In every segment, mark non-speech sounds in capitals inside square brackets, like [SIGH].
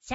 シ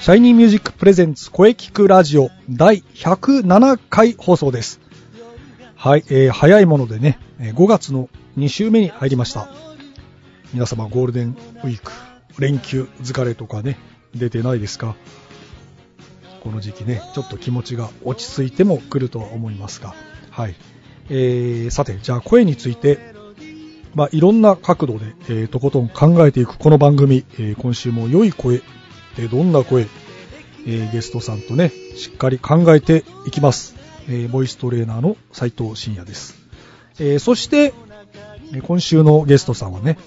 シャイニーミュージックプレゼンツ声聞くラジオ第107回放送です。はい、えー早いものでね、えー5月の2週目に入りました。皆様ゴールデンウィーク、連休疲れとかね、出てないですかこの時期ね、ちょっと気持ちが落ち着いても来るとは思いますが。はい。えーさて、じゃあ声について、まあ、いろんな角度で、えーとことん考えていくこの番組、えー今週も良い声えーどんな声、えーゲストさんとね、しっかり考えていきます。えーボイストレーナーの斉藤慎也です。えーそして、えー今週のゲストさんはね、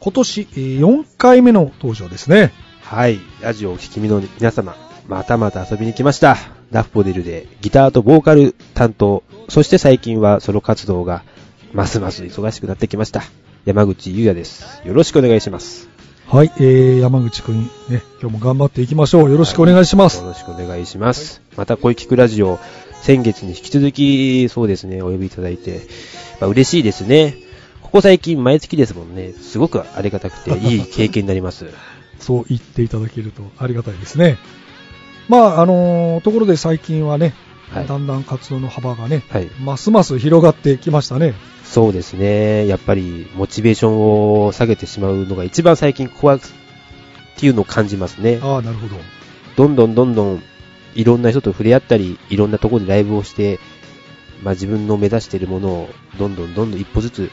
今年、えー4回目の登場ですね。はい。ラジオをお聞きみの皆様、またまた遊びに来ました。ラフポデルでギターとボーカル担当、そして最近はソロ活動がますます忙しくなってきました。山口優也です。よろしくお願いします。はい、えー山口くん、ね、今日も頑張っていきましょう。よろしくお願いします。よろしくお願いします。また、声聞くラジオ、先月に引き続き、そうですね、お呼びいただいて、まあ、嬉しいですね。ここ最近、毎月ですもんね。すごくありがたくて、いい経験になります。そう言っていただけるとありがたいですね。まあ、あのーところで最近はね、はいだんだん活動の幅がね、はい。ますます広がってきましたね。そうですね。やっぱり、モチベーションを下げてしまうのが一番最近怖くっていうのを感じますね。ああ、なるほど。どんどんどんどん、いろんな人と触れ合ったり、いろんなところでライブをして、まあ自分の目指しているものを、どんどんどんどん一歩ずつ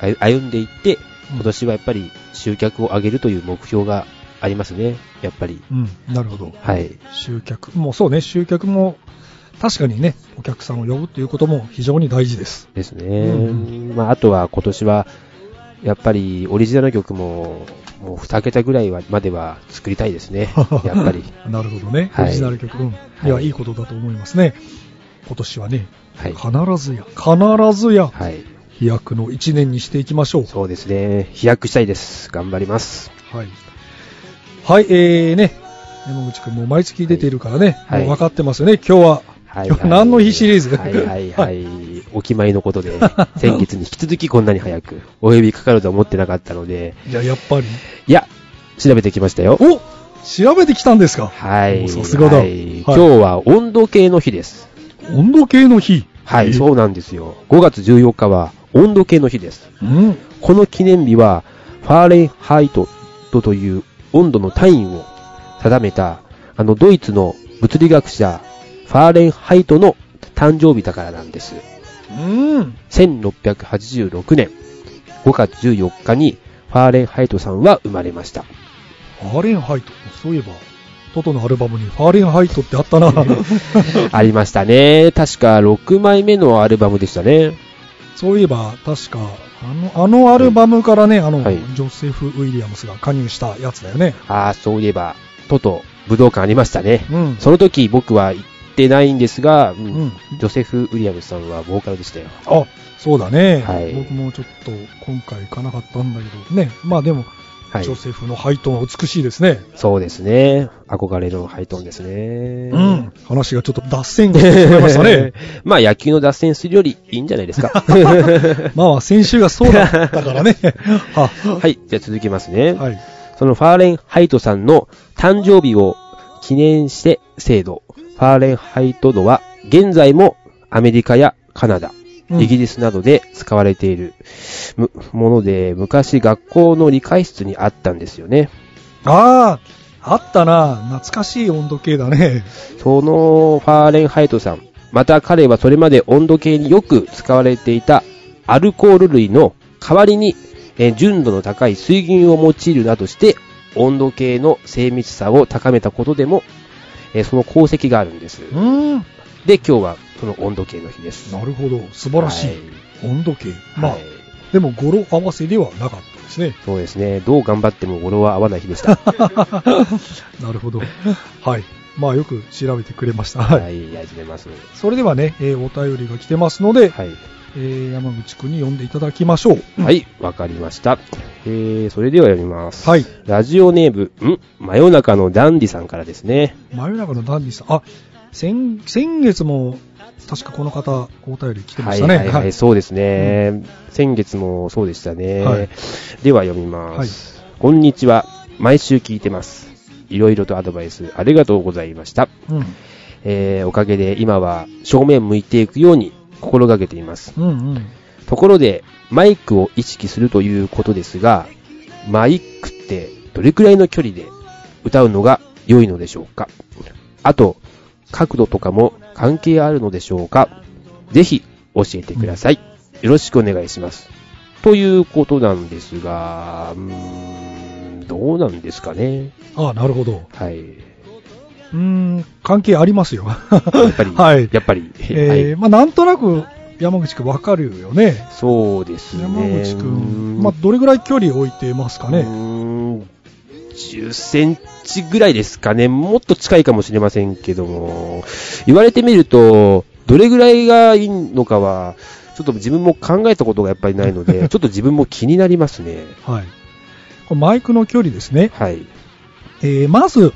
歩歩んでいって、今年はやっぱり集客を上げるという目標がありますね。やっぱり。うん、なるほど。はい。集客もそうね、集客も確かにね、お客さんを呼ぶということも非常に大事です。ですね。うん。まあ、あとは今年は、やっぱりオリジナル曲も、もう2桁ぐらいはまでは作りたいですね [LAUGHS] やっぱり。なるほどね、はいオリジナル曲、うん、いや、はいいいことだと思いますね。今年はね、はい。必ずや、必ずや、はい。飛躍の一年にしていきましょう。そうですね。飛躍したいです。頑張ります。はい。はい、えーね、山口くんも毎月出ているからね、はいもう分かってますよね、今日は。はい、今は日い。何の日シリーズはいはいはい。お決まりのことで、先月に引き続きこんなに早く、お呼びかかるとは思ってなかったので、 [LAUGHS] いや、やっぱり。いや、調べてきましたよ。お調べてきたんですかはい。おさすがだははいい。今日は温度計の日です。温度計の日。はえい、ーそうなんですよ。5月14日は温度計の日です。うん。この記念日は、ファーレンハイトという温度の単位を定めた、あの、ドイツの物理学者、ファーレンハイトの誕生日だからなんです。うん。 1686年、5月14日に、ファーレンハイトさんは生まれました。ファーレンハイト。そういえば、トトのアルバムにファーレンハイトってあったな。 [LAUGHS] ありましたね。確か6枚目のアルバムでしたね。そういえば、確か、あの、あのアルバムからね、あの、はいジョセフ・ウィリアムスが加入したやつだよね。ああ、そういえば、トト、武道館ありましたね。うん。その時僕は行ってないんですが、うんうん。ジョセフ・ウィリアムスさんはボーカルでしたよ。あ、そうだね。はい僕もちょっと、今回行かなかったんだけど、ね。まあでも、はいジョ。セフのハイトンは美しいですね。そうですね。憧れのハイトーンですね。うん。話がちょっと脱線がしてしまいましたね。 [LAUGHS] まあ野球の脱線するよりいいんじゃないですか。 [LAUGHS] まあ、先週がそうだったから [LAUGHS] ね。は、はい。じゃあ続きますね。はい。そのファーレンハイトさんの誕生日を記念して制度。ファーレンハイト度は現在もアメリカやカナダ、うんイギリスなどで使われているむもので、昔学校の理解室にあったんですよね。ああ、あったな。懐かしい温度計だね。そのファーレンハイトさん、また彼はそれまで温度計によく使われていたアルコール類の代わりに、えー純度の高い水銀を用いるなどして、温度計の精密さを高めたことでも、えーその功績があるんです。うん。で、今日はその温度計の日です。なるほど。素晴らしい。はい温度計。まあ、はいでも語呂合わせではなかったですね。そうですね。どう頑張っても語呂は合わない日でした。なる [LAUGHS] ほど。はい。まあよく調べてくれました。 [LAUGHS] はい。はい、始めます。それではね、えーお便りが来てますので、はい。えー山口くんに読んでいただきましょう。はい、わかりました。えー、それでは読みます。はい。ラジオネーム、ん真夜中のダンディさんからですね。真夜中のダンディさん。あ、先、先月も、確かこの方、お便り来てまはしいたね。はいはい、そうですね、先月もそうでしたね。はいでは読みます、こんにちは。毎週聞いてます。いろいろとアドバイスありがとうございました。うえー、おかげで今は正面向いていくように心がけています。ん。うんうん。ところで、マイクを意識するということですが、マイクってどれくらいの距離で歌うのが良いのでしょうかあと、角度とかも関係あるのでしょうかぜひ教えてください。よろしくお願いします。ということなんですが、うーん、どうなんですかね。ああ、なるほど。はい。うーん、関係ありますよ。ややっぱり、 [LAUGHS] はい。やっぱり、えーはい。まあなんとなく、山口くんわかるよね。そうですね。山口くうーん、まあどれぐらい距離置いてますかうね。ーん10センチぐらいですかね。もっと近いかもしれませんけども、言われてみると、どれぐらいがいいのかは、ちょっと自分も考えたことがやっぱりない [LAUGHS] ので、ちょっと自分も気になりますね。はい。これマイクの距離ですね。はい。えーまず、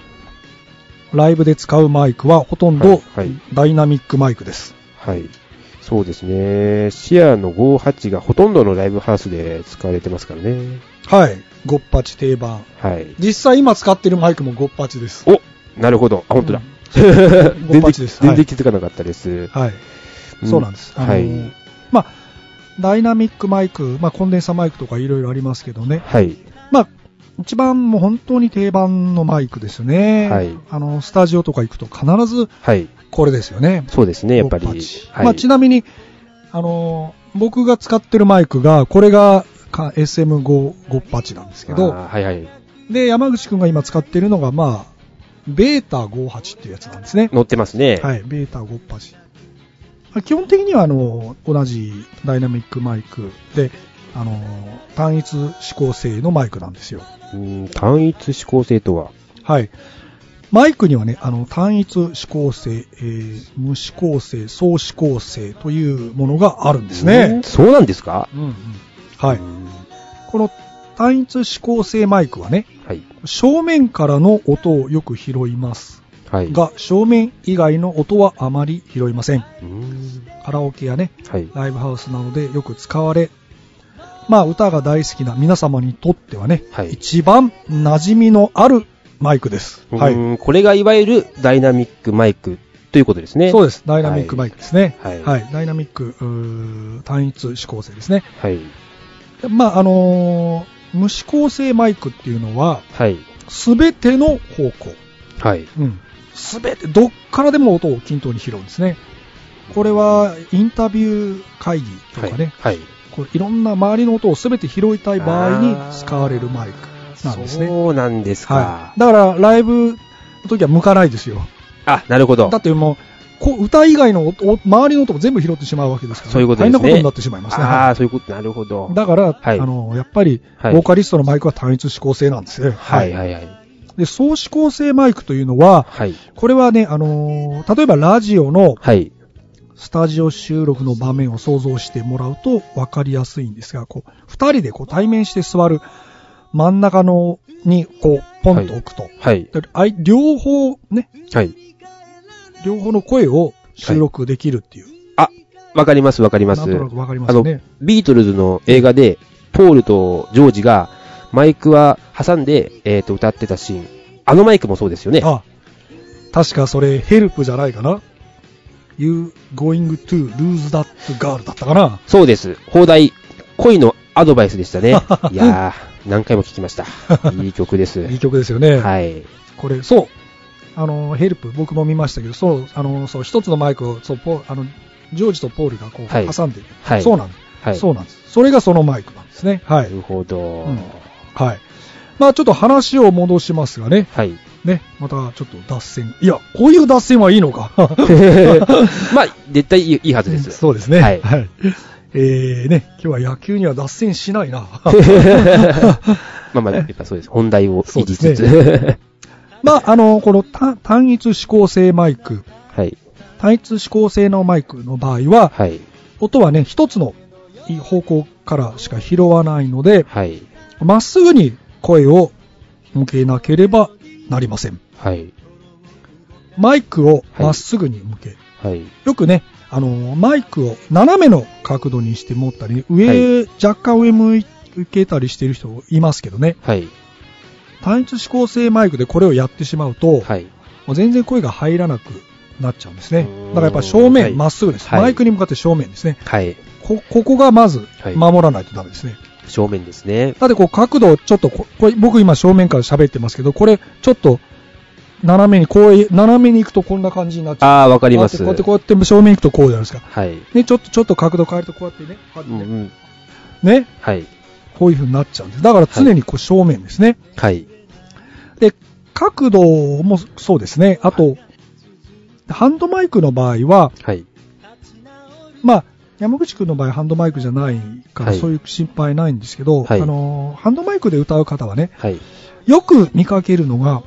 ライブで使うマイクはほとんどはいはいダイナミックマイクです。はい。そうですね。シアの58がほとんどのライブハウスで使われてますからね。はい。ゴッパチ定番。はい。実際今使ってるマイクもゴッパチです。おなるほど。あ、本当だ。 [LAUGHS] んゴッ全パ然チです全はい然気づかなかったです。はい。うんそうなんです。あのはい。まあ、ダイナミックマイク、まあ、コンデンサーマイクとかいろいろありますけどね。はい。まあ、一番もう本当に定番のマイクですね。はいあの、スタジオとか行くと必ずはい。これですよね。そうですね、やっぱり。ゴッパチはいまあ、ちなみに、あのー僕が使ってるマイクが、これがか SM558 なんですけど、あーはいはい。で、山口くんが今使ってるのが、まあ、ベータ58っていうやつなんですね。乗ってますね。はい、ベータ58。まあ基本的には、あのー同じダイナミックマイクで、あのー単一指向性のマイクなんですよ。うん単一指向性とは。はい。マイクにはね、あの、単一指向性、えー無指向性、総指向性というものがあるんですうねん。そうなんですかうんうんはい。い。この単一指向性マイクはね、はい。正面からの音をよく拾いますはい。が、正面以外の音はあまり拾いません。うんカラオケやね、はい。ライブハウスなどでよく使われ、まあ歌が大好きな皆様にとってはね、はい一番馴染みのあるマイクです。はい。うんこれがいわゆるダイナミックマイクということですね。そうでです。ダイナミックマイクですね。はいダイナミック、うー単一指向性ですね。す。はい。まあ、あのー無指向性マイクっていうのは、はい。すべての方向。はい。すべて、どっからでも音を均等に拾うんですね。これは、インタビュー会議とかね、い、はい。こういろんな周りの音をすべて拾いたい場合あーに使われるマイクなんですね。そうなんですはかい。。だから、ライブの時は向かないですよ。あ、なるほどだ。ってもう、こう歌以外の音を周りの音も全部拾ってしまうわけですから、そういうことですね大変なことになってしまいますね。あはあ、そういうこと、なるほどい。だから、はいあの、やっぱり、ボはいーカリストのマイクは単一指向性なんですね。はいはいはい。で、総指向性マイクというのは、はい。これはね、あのー例えばラジオのはい。スタジオ収録の場面を想像してもらうと分かりやすいんですが、こう、二人でこう対面して座る真ん中のに、こう、ポンと置くと。はい。であい両方ね、はい。両方の声を収録できるっていう。あ、わかりますわかりまなす。んとなく分かりまあすのね。、ビートルズの映画で、ポールとジョージが、マイクは挟んで、えっ、と、歌ってたシーン。あのマイクもそうですよね。あ、確かそれ、ヘルプじゃないかな ?You going to lose that girl だったかなそうです。放題、恋のアドバイスでし [LAUGHS] たね。いやー、何回も聞きました。いい曲です。 [LAUGHS] いい曲ですよね。はい。これ、そう。あの、ヘルプ、僕も見ましたけど、そう、あの、そう、一つのマイクを、そう、ポあの、ジョージとポールがこう、はい挟んでる。はいそうなんです、はい。そうなんです。それがそのマイクなんですね。は。ないるほど、うんはい。まあちょっと話を戻しますがね。はい。ね。またちょっと脱線。いや、こういう [LAUGHS] 脱線はいいのか。 [LAUGHS] まあ、絶対いいいいはずです。そうですね。はいはい。ええー、ね、今日は野球には脱線しない [LAUGHS] な。まあまあ、やっぱそうです。本題を維持しつつ。そ [LAUGHS] まあ、あの、この単単一指向性マイク、はい。単一指向性のマイクの場合は、はい。音はね、一つの方向からしか拾わないので、はい。まっすぐに声を向けなければなりません。はい。マイクをまっすぐに向け、はい。よくね、あの、マイクを斜めの角度にして持ったり、上、若干上向けたりしてる人いますけどね、はい。単一指向性マイクでこれをやってしまうと、はい。もう全然声が入らなくなっちゃうんですね。だうんからやっぱ正はい面、まっすぐです、はいマイクに向かって正面ですね。はい。こ、ここがまずはい守らないとダメですね。正面ですね。だってこう角度をちょっとこ、これ僕今正面から喋ってますけど、これちょっと斜めにこう、斜めに行くとこんな感じになっちゃう。 [LAUGHS] ああ、わかりまこす。うやってこうやってこうやって正面行くとこうじゃないですか。はい。ね、ちょっとちょっと角度変えるとこうやってね、こううんやうってねん。ね、はい。こういう風になっちゃうんです。だから常にこう正面ですね。はい。で、角度もそうですね。あと、ハンドマイクの場合は、はい。まあ、山口君の場合ハンドマイクじゃないから、はいそういう心配ないんですけど、はいあのー、ハンドマイクで歌う方はね、はい。よく見かけるのが、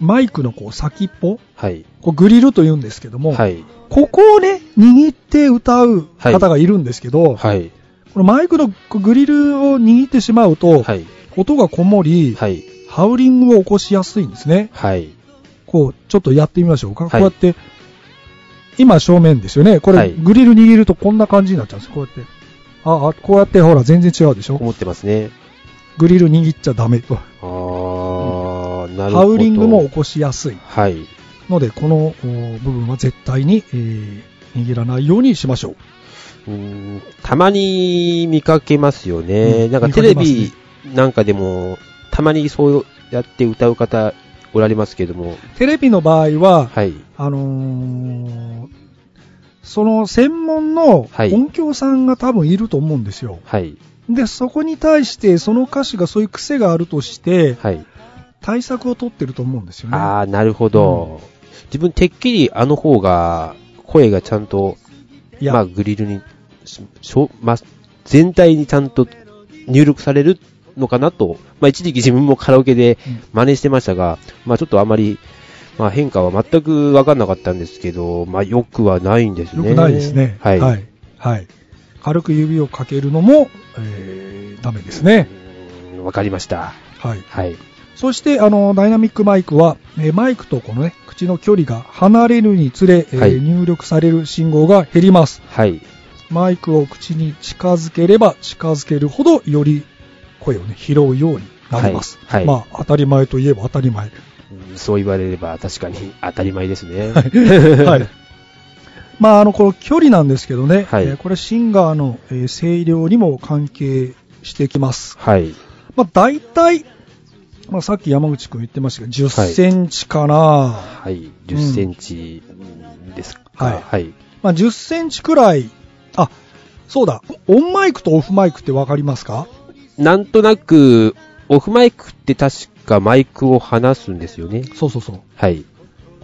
マイクのこう先っぽ、はい。こうグリルと言うんですけども、はい。ここをね、握って歌う方がいるんですけど、はい。このマイクのこうグリルを握ってしまうと、はい。音がこもり、はい。ハウリングを起こしやすいんですね。はい。こう、ちょっとやってみましょうか。はいこうやって、今正面ですよね。これ、はいグリル握るとこんな感じになっちゃうんです。こうやって。あ、あ、こうやってほら、全然違うでしょ。思ってますね。グリル握っちゃダメ。ああ、なるほど。ハウリングも起こしやすい。はい。ので、このお部分は絶対に、えー握らないようにしましょう。うーんたまに見かけますよね。うんなんか見テかけレますねビなんかでも、たまにそうやって歌う方おられますけども。テレビの場合は、はい。あのーその専門のはい音響さんが多分いると思うんですよ。はい。で、そこに対して、その歌手がそういう癖があるとして、はい。対策を取ってると思うんですよね。ああ、なるほど。自分てっきりあの方が、声がちゃんと、いや、まあグリルに、ししょまあ、全体にちゃんと入力されるのかなと、まあ一時期自分もカラオケでうん真似してましたが、まあちょっとあまり、まあ変化は全くわかんなかったんですけど、まあよくはないんですよね。くないですね。はい。はうい。はい軽く指をかけるのも、えー、ダメですね。ーんわかりました。はい。はい。そして、あの、ダイナミックマイクは、えーマイクとこのね、口の距離が離れるにつれ、えーはい入力される信号が減ります。はい。マイクを口に近づければ近づけるほど、より声をね、拾うようになります。はいはいまあ、当たり前といえば当たり前。うんそう言われれば確かに当たり前ですね。はい。まあ、あの、この距離なんですけどね、はいえーこれシンガーの、えー声量にも関係してきます。 [LAUGHS] はい。まあ、大体、まあ、さっき山口くん言ってましたけど、はい10センチかな、はい、10センチですか。はいはい。まあ、10センチくらい、あ、そうだ、オンマイクとオフマイクってわかりますかなんとなく、オフマイクって確かマイクを離すんですよね。そうそうそう。はい。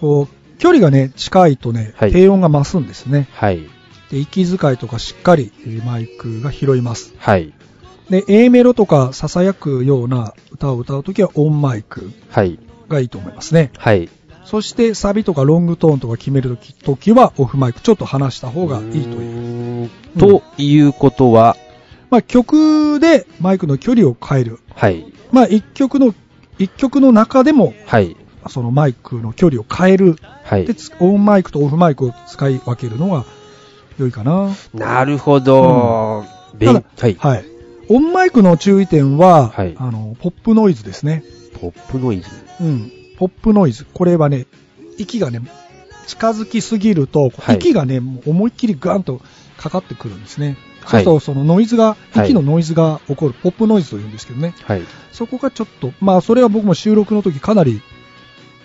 こう、距離がね、近いとね、はい低音が増すんですね。はい。で、息遣いとかしっかり、えーマイクが拾います。はい。で、A メロとか囁くような歌を歌うときはオンマイクはい。がいいと思いますね。はい。そしてサビとかロングトーンとか決めるとき時はオフマイク、ちょっと離した方がいいという。いう。ということは、まあ曲でマイクの距離を変える。はい。まあ一曲の、一曲の中でもはい。そのマイクの距離を変える。はいで、。つオンマイクとオフマイクを使い分けるのが良いかな。なるほど。べんただはい。はい。オンマイクの注意点は、はいあの、ポップノイズですね。ポップノイズ。うん、ポップノイズ、これはね、息がね、近づきすぎると、はい息がね、もう思いっきりガンとかかってくるんですね。はいそうすると、そのノイズが、はい息のノイズが起こる、ポップノイズというんですけどね、はい。そこがちょっと、まあ、それは僕も収録の時かなり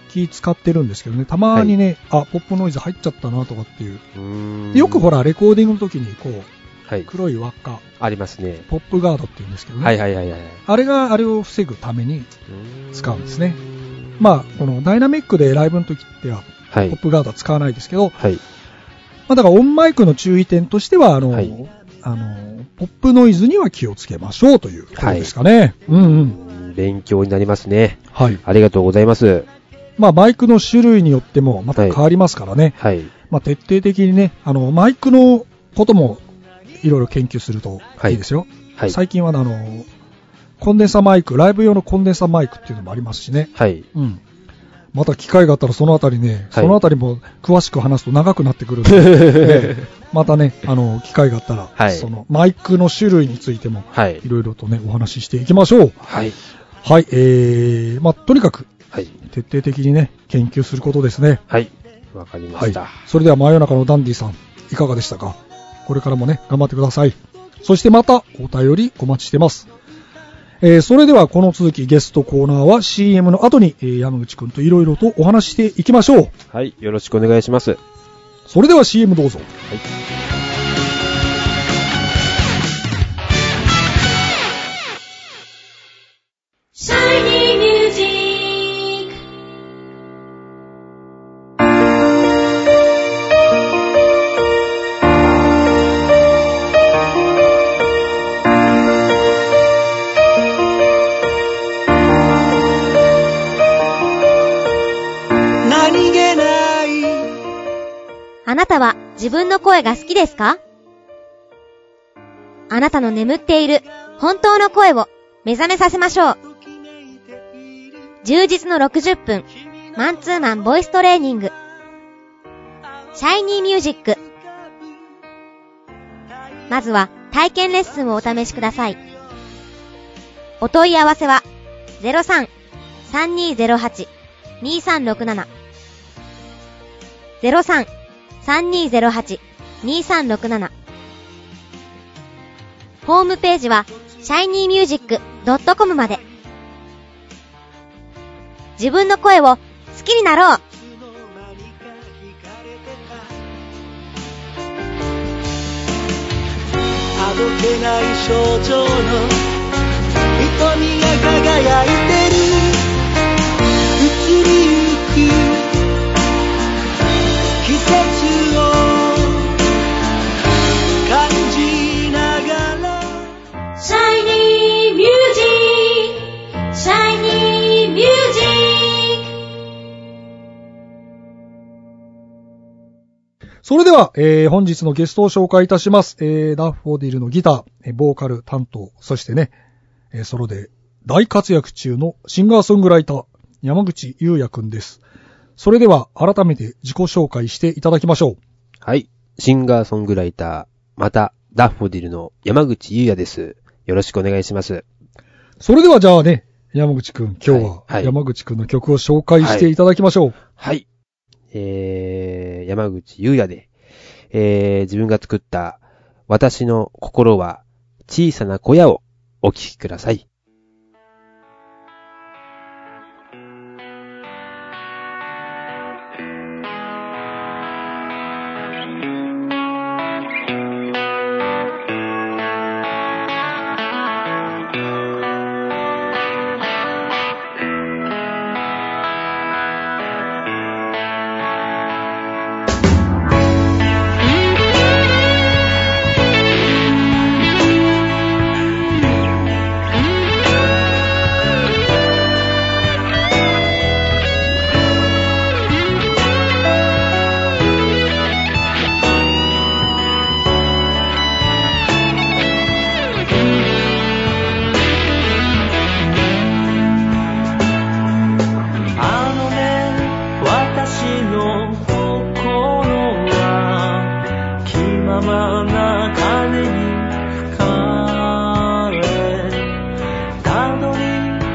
気使ってるんですけどね、たまにね、あ、ポップノイズ入っちゃったなとかっていう。うーんでよくほ、ら、レコーディングの時に、こう、はい。黒い輪っか、ありますね。ポップガードっていうんですけどね、はいはいはいはい。あれが、あれを防ぐために、使うんですねうーん。まあ、このダイナミックでライブの時っては、はポッい。プガードは使わないですけど、はい。まあ、だからオンマイクの注意点としては、あの、はいあの、ポップノイズには気をつけましょうということですかね。うんうん。勉強になりますね。はい。ありがとうございます。まあ、マイクの種類によってもまた変わりますからね。はい。まあ、徹底的にね、あの、マイクのこともいろいろ研究するといいですよ。はい。最近はねあの、コンデンサマイク、ライブ用のコンデンサマイクっていうのもありますしね。はい。うん。また機会があったらそのあたりね、はいそのあたりも詳しく話すと長くなってくるん [LAUGHS] で、ねまたね、あの、機会があったら、はいそのマイクの種類についても、はいい。ろいろとね、お話ししていきましょう。はい。はい、えー、まあ、とにかくはい。徹底的にね、研究することですね。はい。わかりまはいした。。それでは真夜中のダンディさん、いかがでしたかこれからもね、頑張ってください。そしてまたお便りお待ちしてます。えーそれではこの続きゲストコーナーは CM の後に、えー山口くんといろいろとお話ししていきましょう。はい。よろしくお願いします。それでは CM どうぞ。シャイニーミュージック何気ないあなたは自分の声が好きですかあなたの眠っている本当の声を目覚めさせましょう。充実の60分、マンツーマンボイストレーニング。シャイニーミュージック。まずは体験レッスンをお試しください。お問い合わせは03-3208-2367 03-3208-2367ホームページは shinymusic.com まで自分の声を好きになろうあどけない症状の瞳が輝いてる移りゆく季節を感じながら !Shiny Music!Shiny Music! それでは、えー本日のゲストを紹介いたします。えーダッフォーディルのギター、えーボーカル担当、そしてね、えーソロで大活躍中のシンガーソングライター、山口優也くんです。それでは、改めて自己紹介していただきましょう。はい。シンガーソングライター、また、ダッフォディルの山口優也です。よろしくお願いします。それでは、じゃあね、山口くん、今日ははい山口くんの曲を紹介していただきましょう。はい。えー、山口優也で、えー、自分が作った、私の心は小さな小屋をお聞きください。あのね、私の心は気ままな風に吹かれたどり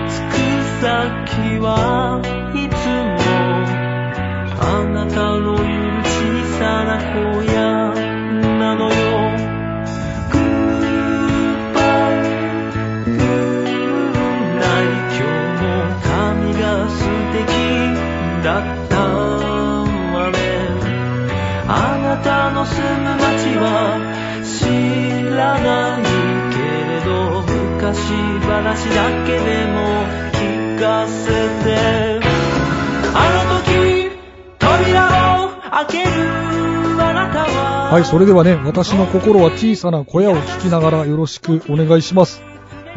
着く先はいつもあなたのいる小さな小屋なのよグッバイ「今日も髪が素敵だったわね」「あなたの住む街は知らないけれど」「昔話だけでも聞かせて」「あの時扉を開ける」あなたははい、それではね、私の心は小さな小屋を聴きながらよろしくお願いします。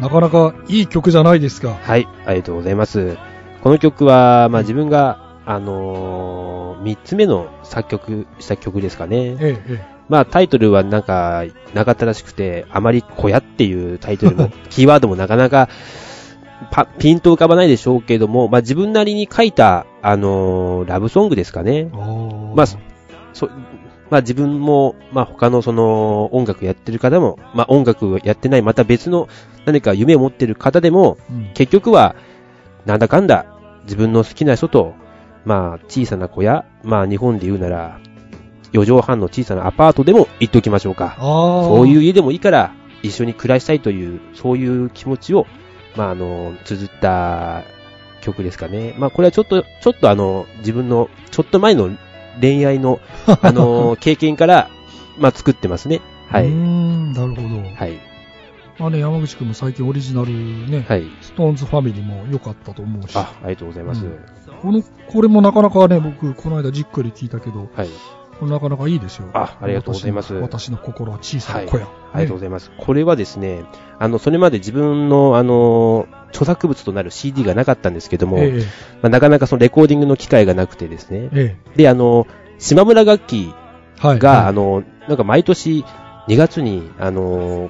なかなかいい曲じゃないですが、はい、ありがとうございます。この曲は、まあ自分が、あのー、3つ目の作曲した曲ですかね。ええ、えまあタイトルはなんか、なかったらしくて、あまり小屋っていうタイトル [LAUGHS] も、キーワードもなかなか、パピンと浮かばないでしょうけども、まあ自分なりに書いた、あのーラブソングですかえ。。ねあまあ、そそ、まあ自分も、まあ他のその音楽やってる方も、まあ音楽をやってない、また別の何か夢を持ってる方でも、うん結局は、なんだかんだ自分の好きな人と、まあ小さな小屋、まあ日本で言うなら、4畳半の小さなアパートでも行っておきましょうあか。あ、そういう家でもいいから、一緒に暮らしたいという、そういう気持ちを、まあ、あの、綴った曲ですかね。まあ、これはちょっと、ちょっとあの、自分の、ちょっと前の恋愛の、[LAUGHS] あの、経験から、まあ、作ってますね。はうーい。ん、なるほど。はい。まあね、山口くんも最近オリジナルね、はい。ストーンズファミリーも良かったと思うし、あ、ありがとうございます。うんこの、これもなかなかね、僕、この間じっくり聞いたけど、はい。なかなかいいですよ。あありがとうございます私の私の心は小さな小屋。ありがとうごねざいます。これはですね、あの、それまで自分の、あの、著作物となる CD がなかったんですけども、えまあ、なかなかそのレコーディングの機会がなくてですねえ、。えで、あの、島村楽器え。はい。が、あはい、の、なんか毎年2月に、あの、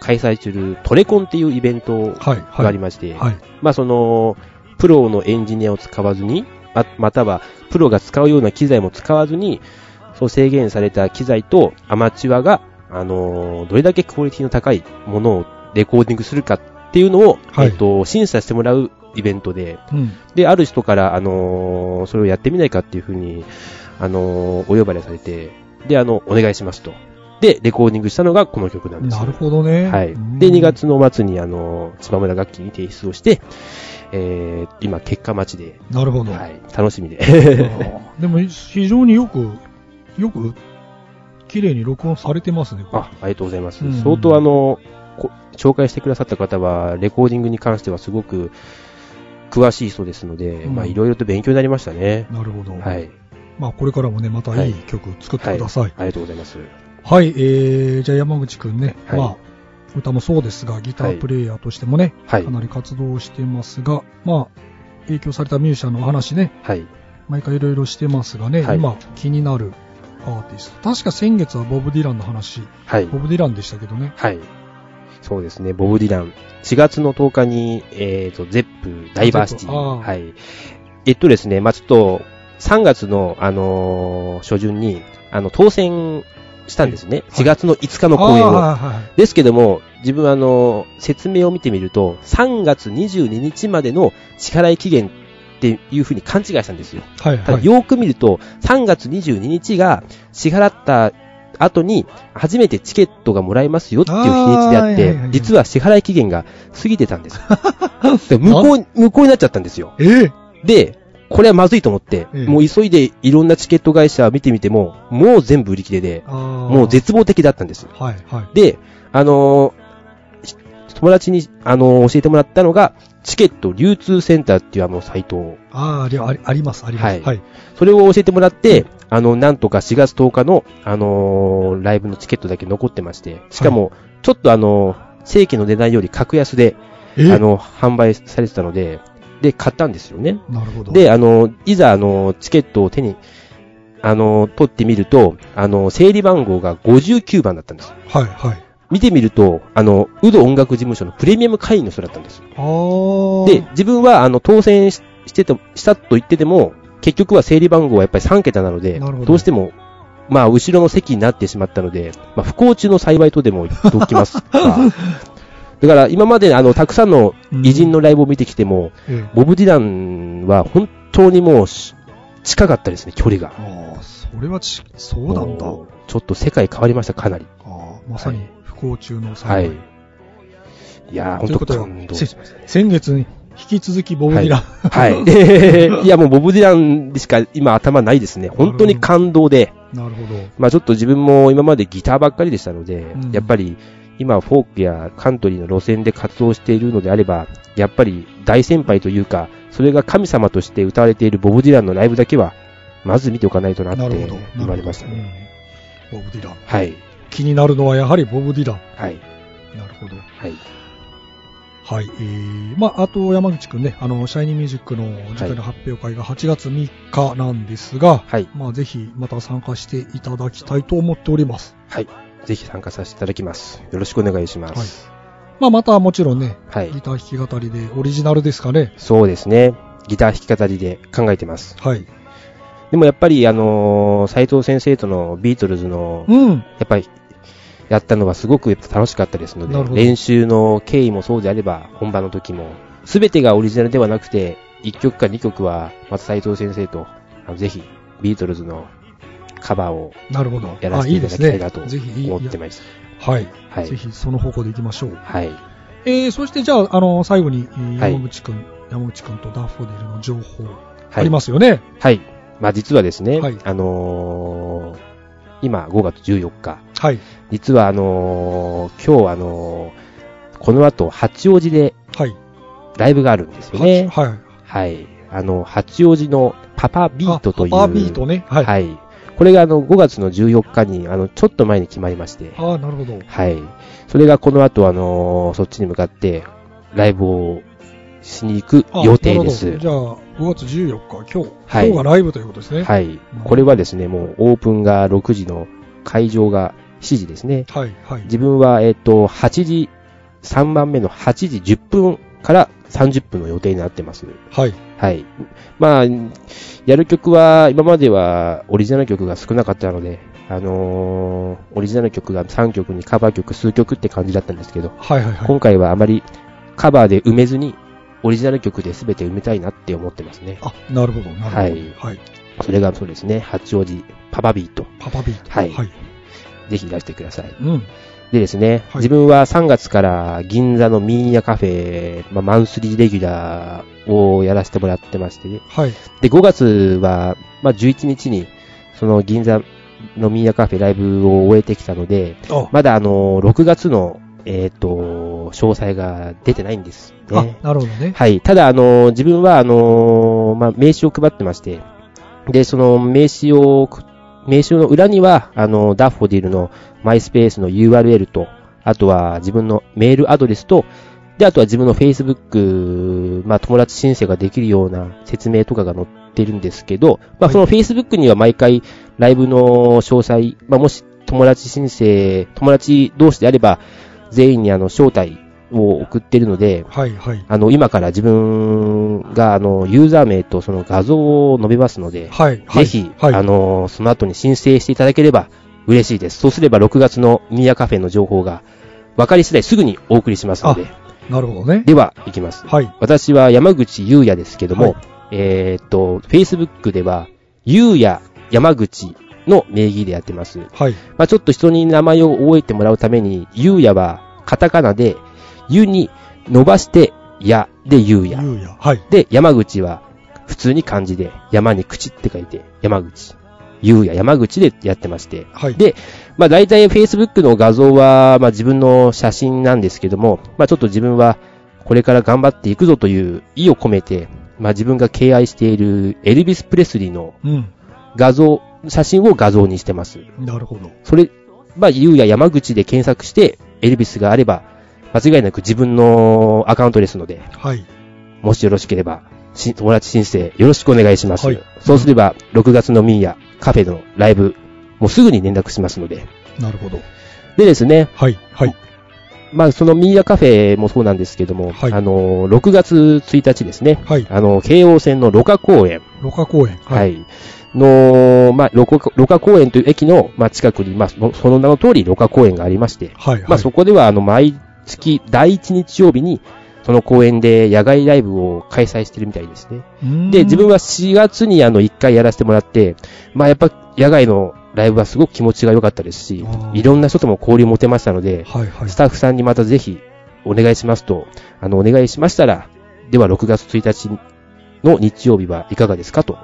開催中るトレコンっていうイベントはい、がはありい。まして、はい。まあその、プロのエンジニアを使わずに、ままたはプロが使うような機材も使わずに、そう制限された機材とアマチュアが、あのーどれだけクオリティの高いものをレコーディングするかっていうのを、はいえっと、審査してもらうイベントで、うん。で、ある人から、あのーそれをやってみないかっていうふうに、あのーお呼ばれされて、で、あの、お願いしますと。で、レコーディングしたのがこの曲なんですよ。なるほどね。はい。うんで、2。月の末に、あの、島村楽器に提出をして、えー、今、結果待ちで、なるほど。はい、楽しみで。 [LAUGHS] うんでも、非常によく、よく、綺麗に録音されてますね。これあ、ありがとうございます。うん相当、あの、こ紹介してくださった方は、レコーディングに関してはすごく、詳しい人ですので、うんまあ、いろいろと勉強になりましたね。なるほど。はい。まあ、これからもね、またいい曲作ってください。はい、ありがとうございます。えー、じゃあ山口くんね、はいまあ、歌もそうですが、ギタープレイヤーとしてもね、はいか。なり活動をしてますが、まあ、影響されたミュージシャンのお話ね、はい。毎回いろいろしてますがね、はい今気になるアーティスト。確か先月はボブ・ディランの話、はいボ。ブ・ディランでしたけどね。はい。そうですね、ボブ・ディラン。4月の10日に、えっ、と、ゼップ、ダイバーシゼティ。ップあーはい。えっとですね、まあ、ちょっと、3月の、あのー初旬に、あの、当選したんですね。はい4月の5日の公演を。ああ、はいはいはい。ですけども、自分あのー説明を見てみると、3月22日までの支払い期限っていうふうに勘違いしたんですよ。はいたはだい。よーく見ると、3月22日が支払った後に、初めてチケットがもらえますよっていう日にちであっあーはいはいはてい、実は支払い期限が過ぎてた [LAUGHS] んです。で無効、無効になっちゃったんですよ。えーで、これはまずいと思って、ええもう急いでいろんなチケット会社を見てみても、もう全部売り切れで、ももう絶望的だったんです。はいはい。で、あのーひ友達に、あのー教えてもらったのが、チケット流通センターっていうあのサイトをああ、ありありあります、あります。ははいい。それを教えてもらって、あの、なんとか4月10日の、あのーライブのチケットだけ残ってまして、しかも、ちょっとあのー正規の値段より格安で、えあの、販売されてたので、で、買ったんですよね。なるほど。で、あのーいざ、あのーチケットを手に、あのー取ってみると、あのー整理番号が59番だったんです。はいはい。見てみると、あの、ウド音楽事務所のプレミアム会員の人だったんです。ああ。で、、自分は、あの、当選ししてて、したと言ってても、結局は整理番号はやっぱり3桁なので、なるほどどうしても、まあ、後ろの席になってしまったので、まあ、不幸中の幸いとでも言ってお [LAUGHS] きますがだから、今まで、あの、たくさんの偉人のライブを見てきても、ええボブ・ディランは本当にもうし、近かったですね、距離が。ああ、それはち、そうなんだ。もうちょっと世界変わりました、かなり。ああ、まさはにい不幸中のは幸いい。。いやー、という本こと当は感動しましたね。先月に引き続きボブ・ディラン。 [LAUGHS] はい。 [LAUGHS] いや、もうボブ・ディランでしか今頭ないですね。本当に感動で。なるほど。まあちょっと自分も今までギターばっかりでしたので、んやっぱり今フォークやカントリーの路線で活動しているのであれば、やっぱり大先輩というか、それが神様として歌われているボブ・ディランのライブだけは、まず見ておかないとなっなてるほど。言われましたね。うんボブ・ディラン。はい。気になるのはやはりボブ・ディラン。はい。なるほど。はい。はい。えー、まあ、あと山口くんね、あの、シャイニーミュージックの次回の発表会が8月3日なんですが、はい。まあ、ぜひまた参加していただきたいと思っております。はい。ぜひ参加させていただきます。よろしくお願いします。まあ、またもちろんね、はい。ギター弾き語りでオリジナルですかね。そうですね。ギター弾き語りで考えてます。はい。でもやっぱり、あのー、斉藤先生とのビートルズの、うん。やっぱり、やったのはすごくやっぱ楽しかったですのなるほで、ど練習の経緯もそうであれば、本番の時も、すべてがオリジナルではなくて、1曲か2曲は、また斉藤先生と、あのぜひ、ビートルズのカバーをなるほど。やらせていただきたいなとあいいですねぜひいい思ってます。はい。はいぜ。ひその方向でいきましょう。はい。えー、そしてじゃあ、あの、最後に、えーはい山口くん、山口くんとダッフォディルの情報、はありい。ますよね。はい。まあ実はですね、はいあのー今5月14日、はい。実はあのー今日あのーこの後八王子ではい。ライブがあるんですよね。ははい。はい。あの、八王子のパパビートという。あパパビートね。は。はいい。あこれがあの5月の14日に、あの、ちょっと前に決まりまして、あー、なるほど。はい。それがこの後あのーそっちに向かってライブをしに行くあ予定でなするほ。どじゃあ、5月14日、今日、はい今日がライブということですね。はい。これはですね、もうオープンが6時の会場が7時ですね。はい。はい。自分は、えっ、と、8時、3番目の8時10分から30分の予定になってます。はい。はい。まあ、やる曲は、今まではオリジナル曲が少なかったので、あのーオリジナル曲が3曲にカバー曲数曲って感じだったんですけど、はい。はい。はい。今回はあまりカバーで埋めずに、オリジナル曲で全て埋めたいなって思ってますね。あ、なるほど。なるほど。はいはい。それがそうですね、八王子パパビート。パパビート。はいはい。ぜひいらしてください。うん。でですね、はい自分は3月から銀座のミーヤカフェ、まあ、マンスリーレギュラーをやらせてもらってましてね。はい。で、5月は、まあ、11日に、その銀座のミーヤカフェライブを終えてきたので、あ、まだあの、6月の、えっ、と、詳細が出てないんですあね。なるほどね。はい。ただ、あの、自分は、あの、まあ、名刺を配ってまして、で、その名刺を、名刺の裏には、あの、ダッフォディルのマイスペースの URL と、あとは自分のメールアドレスと、で、あとは自分の Facebook、まあ、友達申請ができるような説明とかが載ってるんですけど、はまあ、いその Facebook には毎回、ライブの詳細、まあ、もし友達申請、友達同士であれば、全員にあの、招待を送ってるので、はい。はい。あの、今から自分が、あの、ユーザー名とその画像を述べますので、はい。はい。ぜひ、はい。あの、その後に申請していただければ嬉しいです。そうすれば6月のミーヤカフェの情報が分かり次第すぐにお送りしますので、なるほどね。では、行きます。はい。私は山口優也ですけども、はえーっと、Facebook では、優也山口の名義でやってます。はい。まあ、ちょっと人に名前を覚えてもらうために、ゆうやはカタカナで、ゆに伸ばして、やでゆうや。ゆうや。はい。で、山口は普通に漢字で、山に口って書いて、山口。ゆうや山口でやってまして。はい。でまあ大体 Facebook の画像は、まあ自分の写真なんですけども、まあちょっと自分はこれから頑張っていくぞという意を込めて、まあ自分が敬愛しているエルビス・プレスリーのうん。画像、写真を画像にしてます。なるほど。それ、まあ、ゆうや山口で検索して、エルビスがあれば、間違いなく自分のアカウントですので、はい。もしよろしければ、し友達申請よろしくお願いします。はいそうすれば、6月のミーヤカフェのライブ、もうすぐに連絡しますので。なるほど。でですね、はい。はい。まあ、そのミーヤカフェもそうなんですけども、はいあの、6月1日ですね、はい。あの、京王線の六花公園、ろ過公園。。はいい。の、まあ、六花六花公園という駅の、まあ、近くに、まあ、そのその名の通り六花公園がありまして、はい。まはあい。そこではあの毎月第1日曜日にその公園で野外ライブを開催してるみたいですね。うーんで、自分は4月にあの1回やらせてもらって、まあやっぱ野外のライブはすごく気持ちが良かったですしあ、ーいろんな人とも交流持てましたので、はい。はいス。タッフさんにまたぜひお願いしますと、あのお願いしましたら、では6月1日の日曜日はいかがですかと。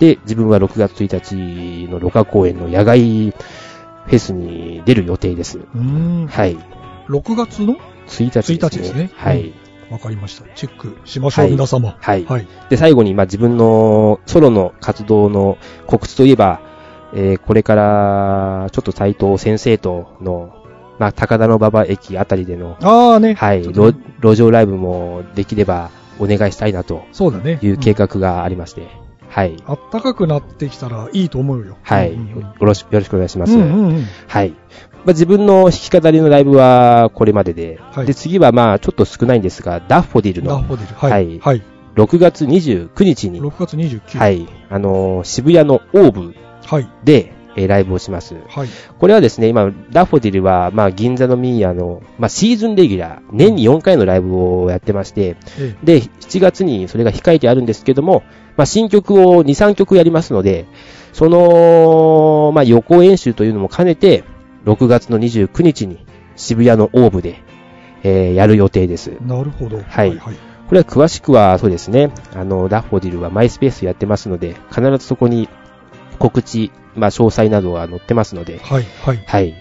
で、自分は6月1日の六花公園の野外フェスに出る予定です。うーん。はい。 6月の1日ですね。 1日ですねはい。わかりました。チェックしましょう、はい皆様。はい。はい。で、最後に、まあ、自分のソロの活動の告知といえば、えーこれから、ちょっと斎藤先生との、まあ、高田の馬場駅あたりでの、ああね。はい、ちょっと路路上ライブもできればお願いしたいなとそうだね。いう計結果画がありまして、はい、あったかくなってきたらいいと思うよ。はい、ようんうんろしよろしくお願いします。うんうんうん。はい。まあ、自分の弾き語りのライブはこれまでで、はいで、次はまあ、ちょっと少ないんですが、ダッフォディルラのフォデル。はい。ははい。 6月29日に、 6月29。は。い、あのー渋谷のオーブはい。で、えーライブをします。はい。これはですね、今、ダッフォディルは、まあ、銀座のミーヤの、まあ、シーズンレギュラー、年に4回のライブをやってまして、えで、7月にそれが控えてあるんですけども、まあ、新曲を2、3曲やりますので、その、まあ、予行演習というのも兼ねて、6月の29日に渋谷のオーブで、えーやる予定です。えなるほど。はいはい。これは詳しくは、そうですね、あの、ダッフォディルはマイスペースやってますので、必ずそこに告知、まあ、詳細などが載ってますので、はい。はい。はい、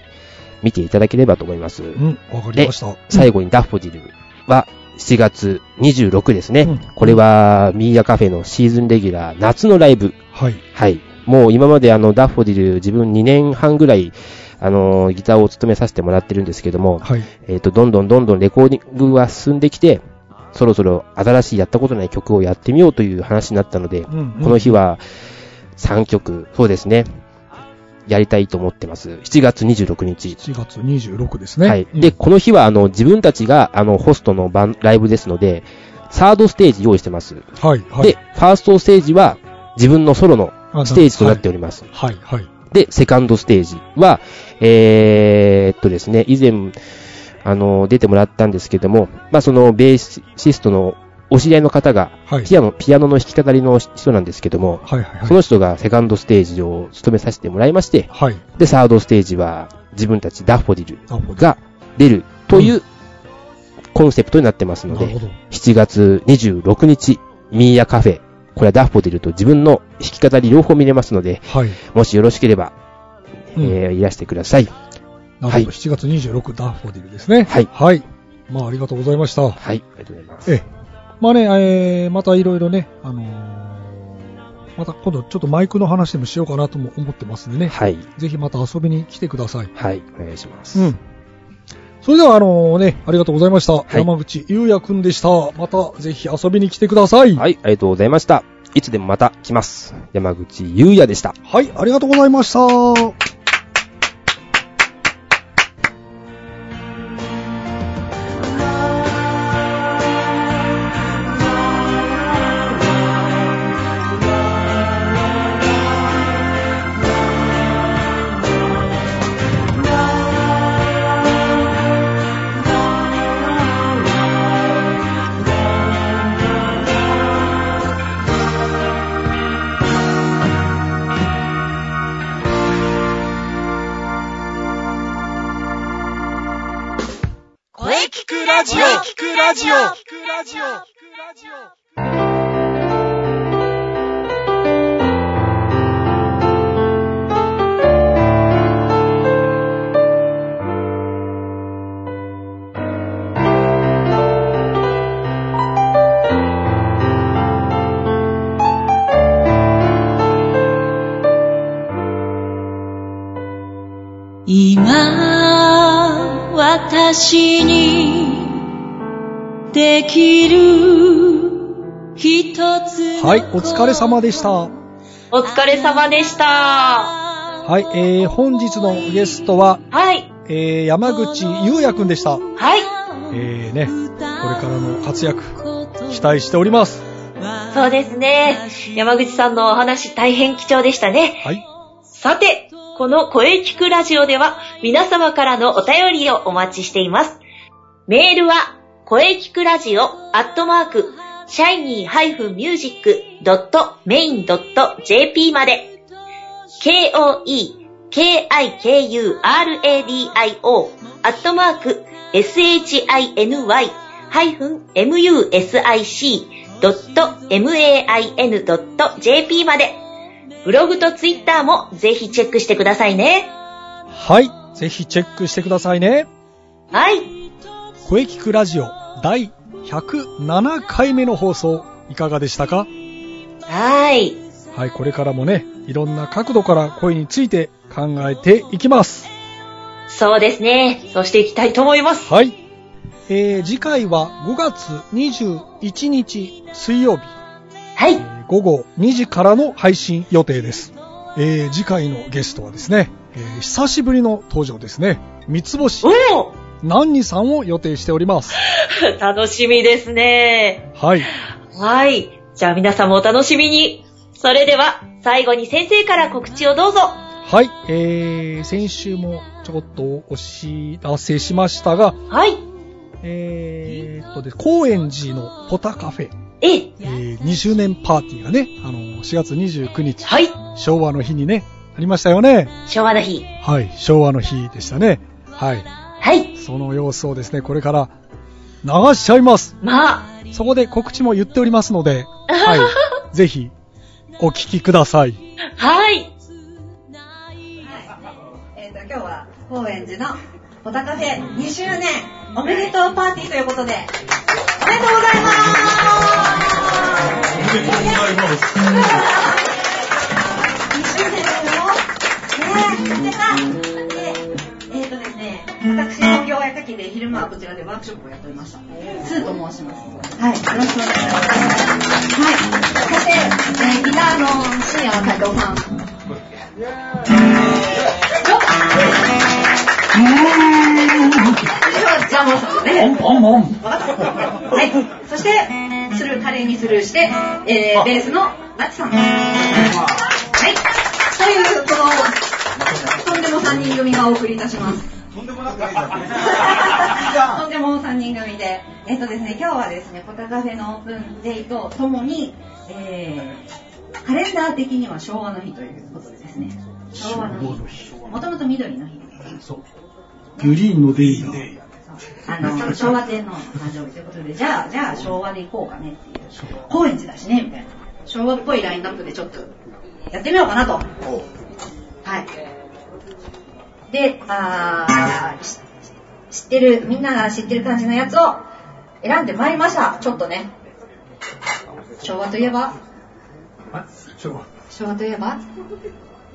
見ていただければと思います。うん。わかりました。最後にダッフォディルは7月26ですね。うんこれはミーヤカフェのシーズンレギュラー夏のライブ。はい。はい。もう今まであのダッフォディル自分2年半ぐらいあのギターを務めさせてもらってるんですけども、はい。えっ、と、どんどんどんどんレコーディングが進んできて、そろそろ新しいやったことない曲をやってみようという話になったので、うんうん。この日は3曲、そうですね。やりたいと思ってます。7月26日。 4月26ですね。はい。うんで、、この日は、あの、自分たちが、あの、ホストの番、ライブですので、サードステージ用意してます。はい。はい。で、ファーストステージは、自分のソロのあ、ステージとなっております。はい。はい。で、セカンドステージは、えー、っとですね、以前、あの、出てもらったんですけども、まあ、その、ベーシストのお知り合いの方が、はい。ピアノ、ピアノの弾き語りの人なんですけども、はい。はい。その人がセカンドステージを務めさせてもらいまして、はい。で、サードステージは、自分たちダッフォディルなるほど。が出るというコンセプトになってますのなるでほ、ど。 7月26日、ミーヤカフェ、これはダッフォディルと自分の弾き語り両方見れますので、はい。もしよろしければ、うんえーいらしてください。なるほど。はい7月26ダッフォディルですね。はいはい。まあ、ありがとうございました。はい、ありがとうございます。ええ。まあね、えー、またいろいろね、あのーまた今度ちょっとマイクの話でもしようかなとも思ってますんでね。はい、ぜひまた遊びに来てください。はい、お願いします。うん。それでは、あのね、ありがとうございました。い山口優也くんでした。またぜひ遊びに来てください。はい、はい、ありがとうございました。いつでもまた来ます。山口優也でした。ありがとうございました。声聞くラジオ聞くラジオ今私にできる一つのはい、お疲れ様でした。はお疲れ様でした。い、えー、本日のゲストは、はい。えー、山口優也くんでした。はい。えー、ね、これからの活躍、期待しております。そうですね。山口さんのお話大変貴重でしたね。はい、さて、この声聞くラジオでは皆様からのお便りをお待ちしています。メールは、声聞くラジオアットマーク、shiny-music.main.jp まで、k-o-e-k-i-k-u-r-a-d-i-o アットマーク shiny-music.main.jp までブログとツイッターもぜひチェックしてくださいね。はい、ぜひチェックしてくださいね。はい。声聞くラジオ第107回目の放送、いかがでしたかはい。はい、これからもね、いろんな角度から声について考えていきます。そうですね。そうしていきたいと思います。はい。えー、次回は5月21日水曜日、はい。えー午後2時からの配信予定です。えー、次回のゲストはですね、えー久しぶりの登場ですね、三つ星お何にさんを予定しております。ー楽しみですね。はい。はい。じゃあ皆さんもお楽しみに。それでは、最後に先生から告知をどうぞ。はい。えー、先週もちょこっとお知らせしましたが、はい。えーっとです、高円寺のポタカフェ、え、えー2周年パーティーがね、あの、4月29日、はい。昭和の日にね、ありましたよね。昭和の日。はい。昭和の日でしたね。はい。はい。その様子をですね、これから流しちゃいます。まあ、そこで告知も言っております [LAUGHS] ので、はい。ぜひ、お聞きください。はい。えーと、今日は高円寺のポタカフェ2周年おめでとうパーティーということで、おめでとうございますおめでとうございます。 !2 周年ですよ。ねえ、で、えーとですね、私、東京やかきで昼間はこちらでワークショップをやっておりました。スーと申します。はい、よろしくお願いします。はい、そして、えーギターの深夜は斉藤さん。それはジャムさんね。はい。そして、スルー、華麗にスルーして、えー、ベースのナチさん。はい。という、この、とんでも3人組がお送りいたします。とんでも3人組で、えっとですね、今日はですね、ポタカフェのオープンデイとともに、えー、カレンダー的には昭和の日ということでですね、昭和の日、もともと緑の日グリーンのデイヤー。あ [LAUGHS] の、昭和天皇の誕生日ということで、じゃあ、じゃあ昭和で行こうかねっていう。高円寺だしね、みたいな。昭和っぽいラインナップでちょっと、やってみようかなと。はい。で、あーし知ってる、みんなが知ってる感じのやつを選んでまいりました。ちょっとね。昭和といえば、昭和。昭和とい [LAUGHS] えば、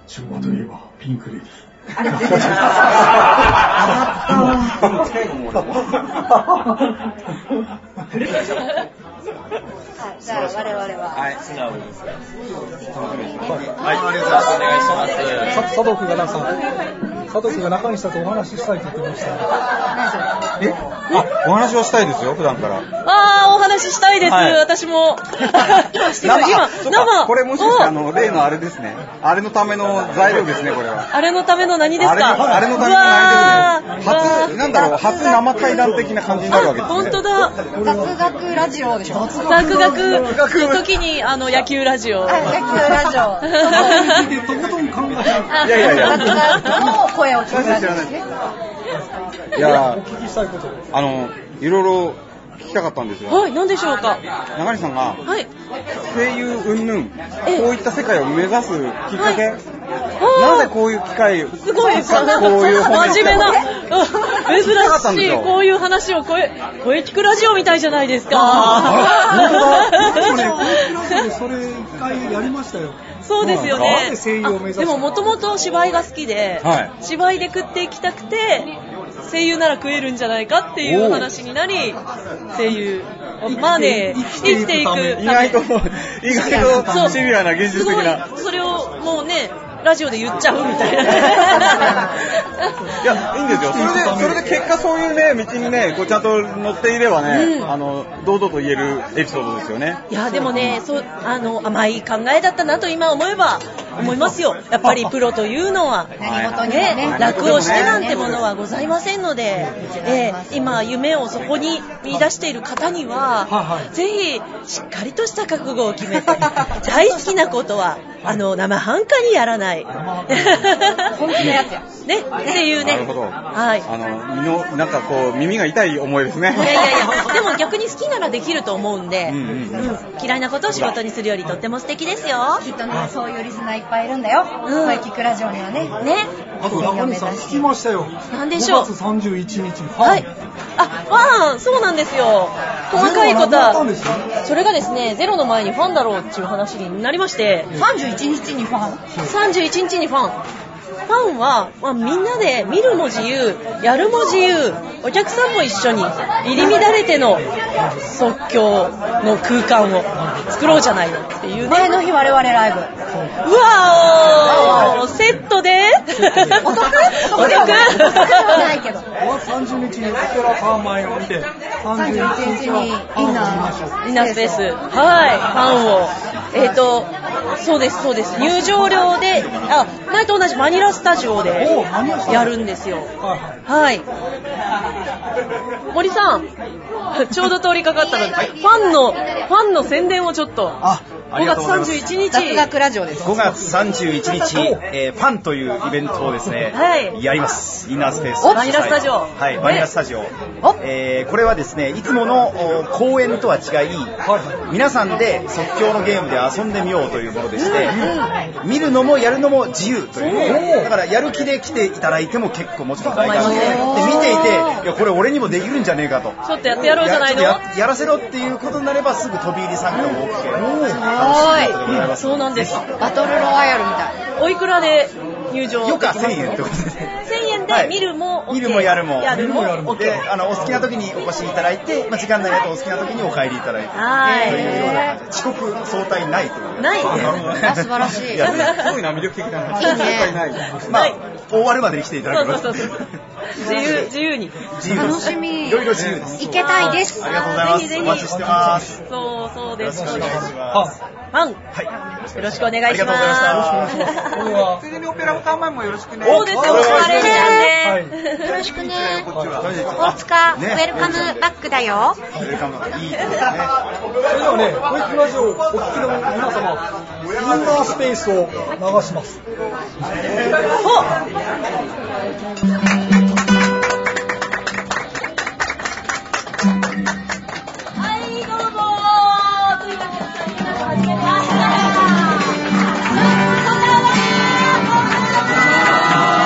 昭和といえば、ピンクレディ。あれ、出てきました。あったわ。はい、じゃあ我々は。はい、素直です。はい、あありりががとうとうごございますざいさます。佐藤君がなんか、佐藤君が中西さんとお話ししたいって言ってました。え、あ、お話をしたいですよ、普段から。あー、お話ししたいです、はい私 [LAUGHS] も。してる今、あそっか生。これもしかしておあの、例のあれですね。あれのための材料ですね、これは。あれのための何ですかあれの、あれのための何ですね。うわー初、なんだろう、初生対談的な感じになるわけですね。本当だ。雑学ラジオでしょ雑雑学の時に、あの、野球ラジオ。野球ラジオ。とことん考えいやいやいや。雑学の声を聞くラジオですね。いやお、聞きしたいこと。あの、いろいろ聞きたかったんですよ。はい、何でしょうか。中西さんが、はい。声優云々えこういった世界を目指すきっかけ、あなーぜこういう機会をすごい、こういう本に真面目な、うん珍しい、こういういう話を声、声聞くラジオみたいじゃないですか。あらこれ、このクラスでそれ一回やりましたよ。そうですよなんねで声優を目指。すあでももともと芝居が好きで、はい芝居で食っていきたくて、声優なら食えるんじゃないかっていう話になり、声優、マネー、生きていくため意外と意外とシビアな現実的なそうすごいそれをもうね、ラジオで言っちゃうみたいな。いやいいんですよそれでそれで結果そういうね道にねこうちゃんと乗っていればね、うんあの堂々と言えるエピソードですよねいやでもねそうあの甘い考えだったなと今思えば思いますよやっぱりプロというのは何事にもねね、。楽をしてなんてものはございませんので、えー今、夢をそこに見出している方にはいはは、ぜひ、しっかりとした覚悟を決めて、 [LAUGHS] 大好きなことは、あの、生半可にやらない。本気のやつや。ね、っていうね。なるほど、はい。あの身のなんかこう耳が痛い思いですねいやいやいや、でも逆に好きならできると思うんで、うんうんうんうん嫌いなことを仕事にするよりとっても素敵ですよ。きっとね、そういうリスナーいっぱいいるんだよ。うん声聞くラジオにはね。ね、あと中西さん聞きましたよ。なんでしょう5月31日にファン。はい。あ、わあ、そうなんですよ。細かいことは、それがですね、ゼロの前にファンだろうっていう話になりまして、 31日にファン31日にファン。ファンは、まあ、みんなで見るも自由、やるも自由、お客さんも一緒に入り乱れての即興の空間を作ろうじゃないのっていうね。前の日我々ライブうわおセットでお得お [LAUGHS] 得ではないお得ではないけど30日にオペラパーマイを見て、 31 31日にインナーインナースペース、はい、ファンを、えっ、と、そうです、そうです、入場料で、あ前と同じマニラスタジオでやるんですよ。はい。森 [LAUGHS] さん、ちょうど通りかかったので、ファンの、ファンの宣伝をちょっと、5ありがと月うございます31日、雑学ラジオです5月31日、えー、パンというイベントをですね、はいやります。インナースペース。おバニラスタジオはい、ねバニラスタジオ。えー、これはですね、いつものお公演とは違い、皆さんで即興のゲームで遊んでみようというものでして、見るのもやるのも自由という。だから、やる気で来ていただいても結構もちろん大丈夫で、見ていて、いや、これ俺にもできるんじゃねえかと。ちょっとやってやろうじゃないのやちょっとややらせろっていうことになれば、すぐ飛び入り参加も OK。楽しいことでございます。そうなんです。バトルロワイヤルみたいおいくらで入場よでかきます1000円ってことですね。 1000円はでい見るも、OK 見るもやるも。やるも OK で、あの、お好きな時にお越しいただいて、まあ、時間内だとお好きな時にお帰りいただいて。はいというような感じで遅刻相対ないという。ないあ素晴らしいやすごいな、魅力的な話いいね絶対ない。まあ、終わるまでに来ていただけます。そうそうそう自由、自由に。自由なで楽すしみいろいろ自由です。行けたいですありがとうございまぜひぜす。ひお待ちしてます。そう、そうです。よフろしくお願いします。ァン、よろしくお願いありがします。とうございましたついでにオペラパーマイもよろしくね。そうですよ、おカレーちゃんね。よろしくね。こっちは大塚、ウねェルカムバックだよ。ウェルカムバックいいですね。それではね、保育ラジオをお聞きの皆様、インナースペースを流します。 [LAUGHS] はい、どうもーというわけで、皆さん始めま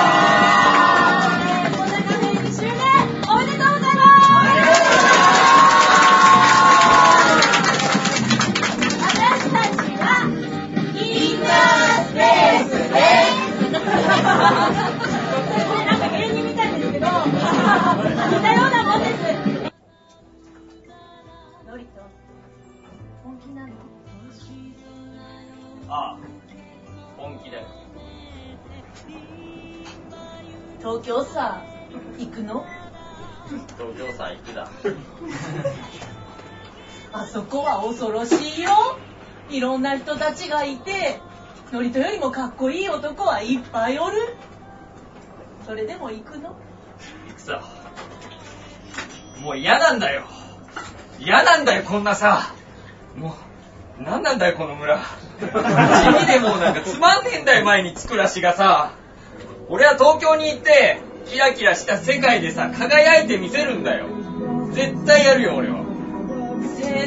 したこんばんはこんばんはこんな感じで周年おめでとうございます私たちは、インナースペースですなんか芸人みたいですけど、似たようなもんです。ノリと本気なのああ本気だよ東京さ行くの東京さ行くだあそこは恐ろしいよいろんな人たちがいてノリトよりもかっこいい男はいっぱいおるそれでも行くの行くさもう嫌なんだよ嫌なんだよこんなさもう何なんだよこの村地味でもうなんかつまんねえんだよ前につくらしがさ俺は東京に行ってキラキラした世界でさ輝いてみせるんだよ絶対やるよ俺は青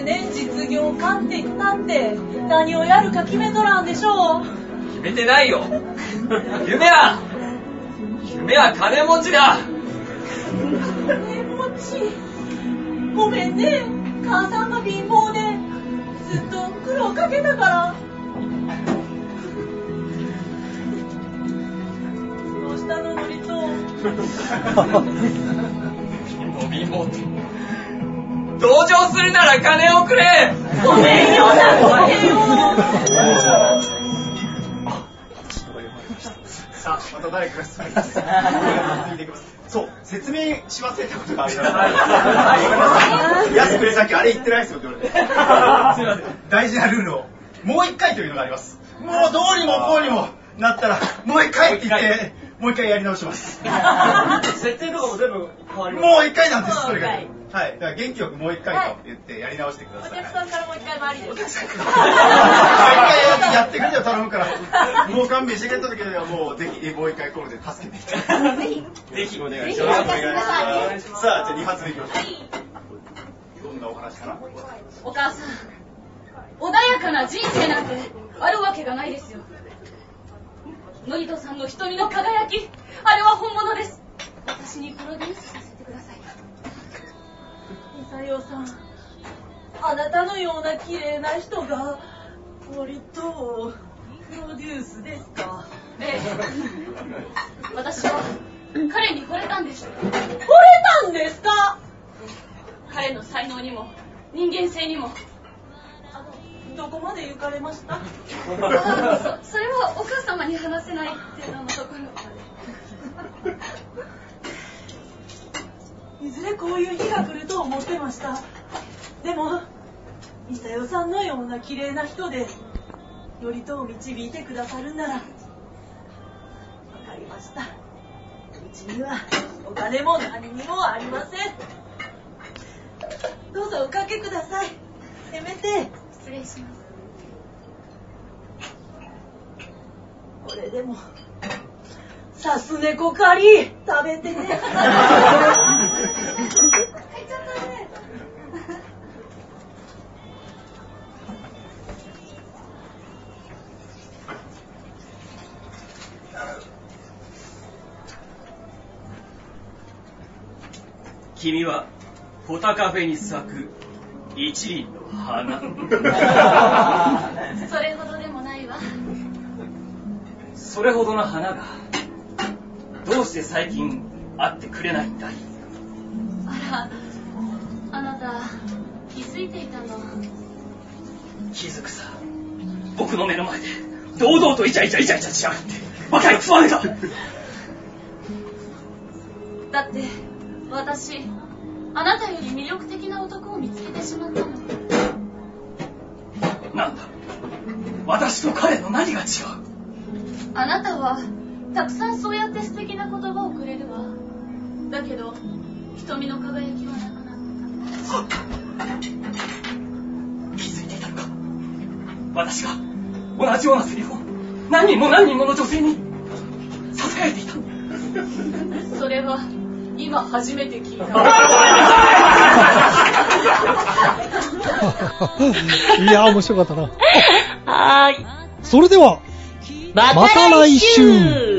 年実業家って言ったって何をやるか決めとらんでしょう決めてないよ夢は夢は金持ちだねえもっちごめんね母さんが貧乏でずっと苦労かけたからどうしたののりと貧乏貧乏って同情するなら金をくれごめんよだってよさあ、また誰かが進みます。進んでいきますそう、説明し忘れたことがあります。安くれさっきあれ言ってないですよって言われて。すいません。大事なルールを、もう一回というのがあります。もうどうにもこうにもなったら、もう一回って言って、もう一回やり直します。設定とかも全部変わりもう一回なんです、それが。もはうい一。だから元気よくもう一回と言ってやり直してくだおさい。客さんからもう一回回りです一回やってくれよ頼むからもう勘弁してくれた時にはもうぜひもう一回コールで助けていただいてぜひお願いしますぜひお願いしますさあじゃあ2発目いきましょうどんなお話かなお母さん穏やかな人生なんてあるわけがないですよノリトさんの瞳の輝きあれは本物です私にプロデュースさせてください伊佐洋さんあなたのような綺麗な人が割とプロデュースですかええ私は彼に惚れたんです惚れたんですか彼の才能にも人間性にもどこまで行かれましたあそそれはお母様に話せないっていうののところいずれこういう日が来ると思ってましたでも三田代さんのような綺麗な人で頼朝を導いてくださるならわかりましたうちにはお金も何にもありませんどうぞおかけくださいせめて失礼しますこれでもさすねこかり食べてね君はポタカフェに咲く一輪の花それほどでもないわそれほどの花がどうして最近会ってくれないんだいあらあなた気づいていたの気づくさ僕の目の前で堂々とイチャイチャイチャイチャしやがってバカに食われただって私あなたより魅力的な男を見つけてしまったのなんだ私と彼の何が違うあなたはたくさんそうやって素敵な言葉をくれるわだけど瞳の輝きはなくなった気づいていたのか私が同じようなセリフを何人も何人もの女性にささやいていたそれは今初めて聞いたいや、 [LAUGHS] 面白かったな。はーい。それでは、また来週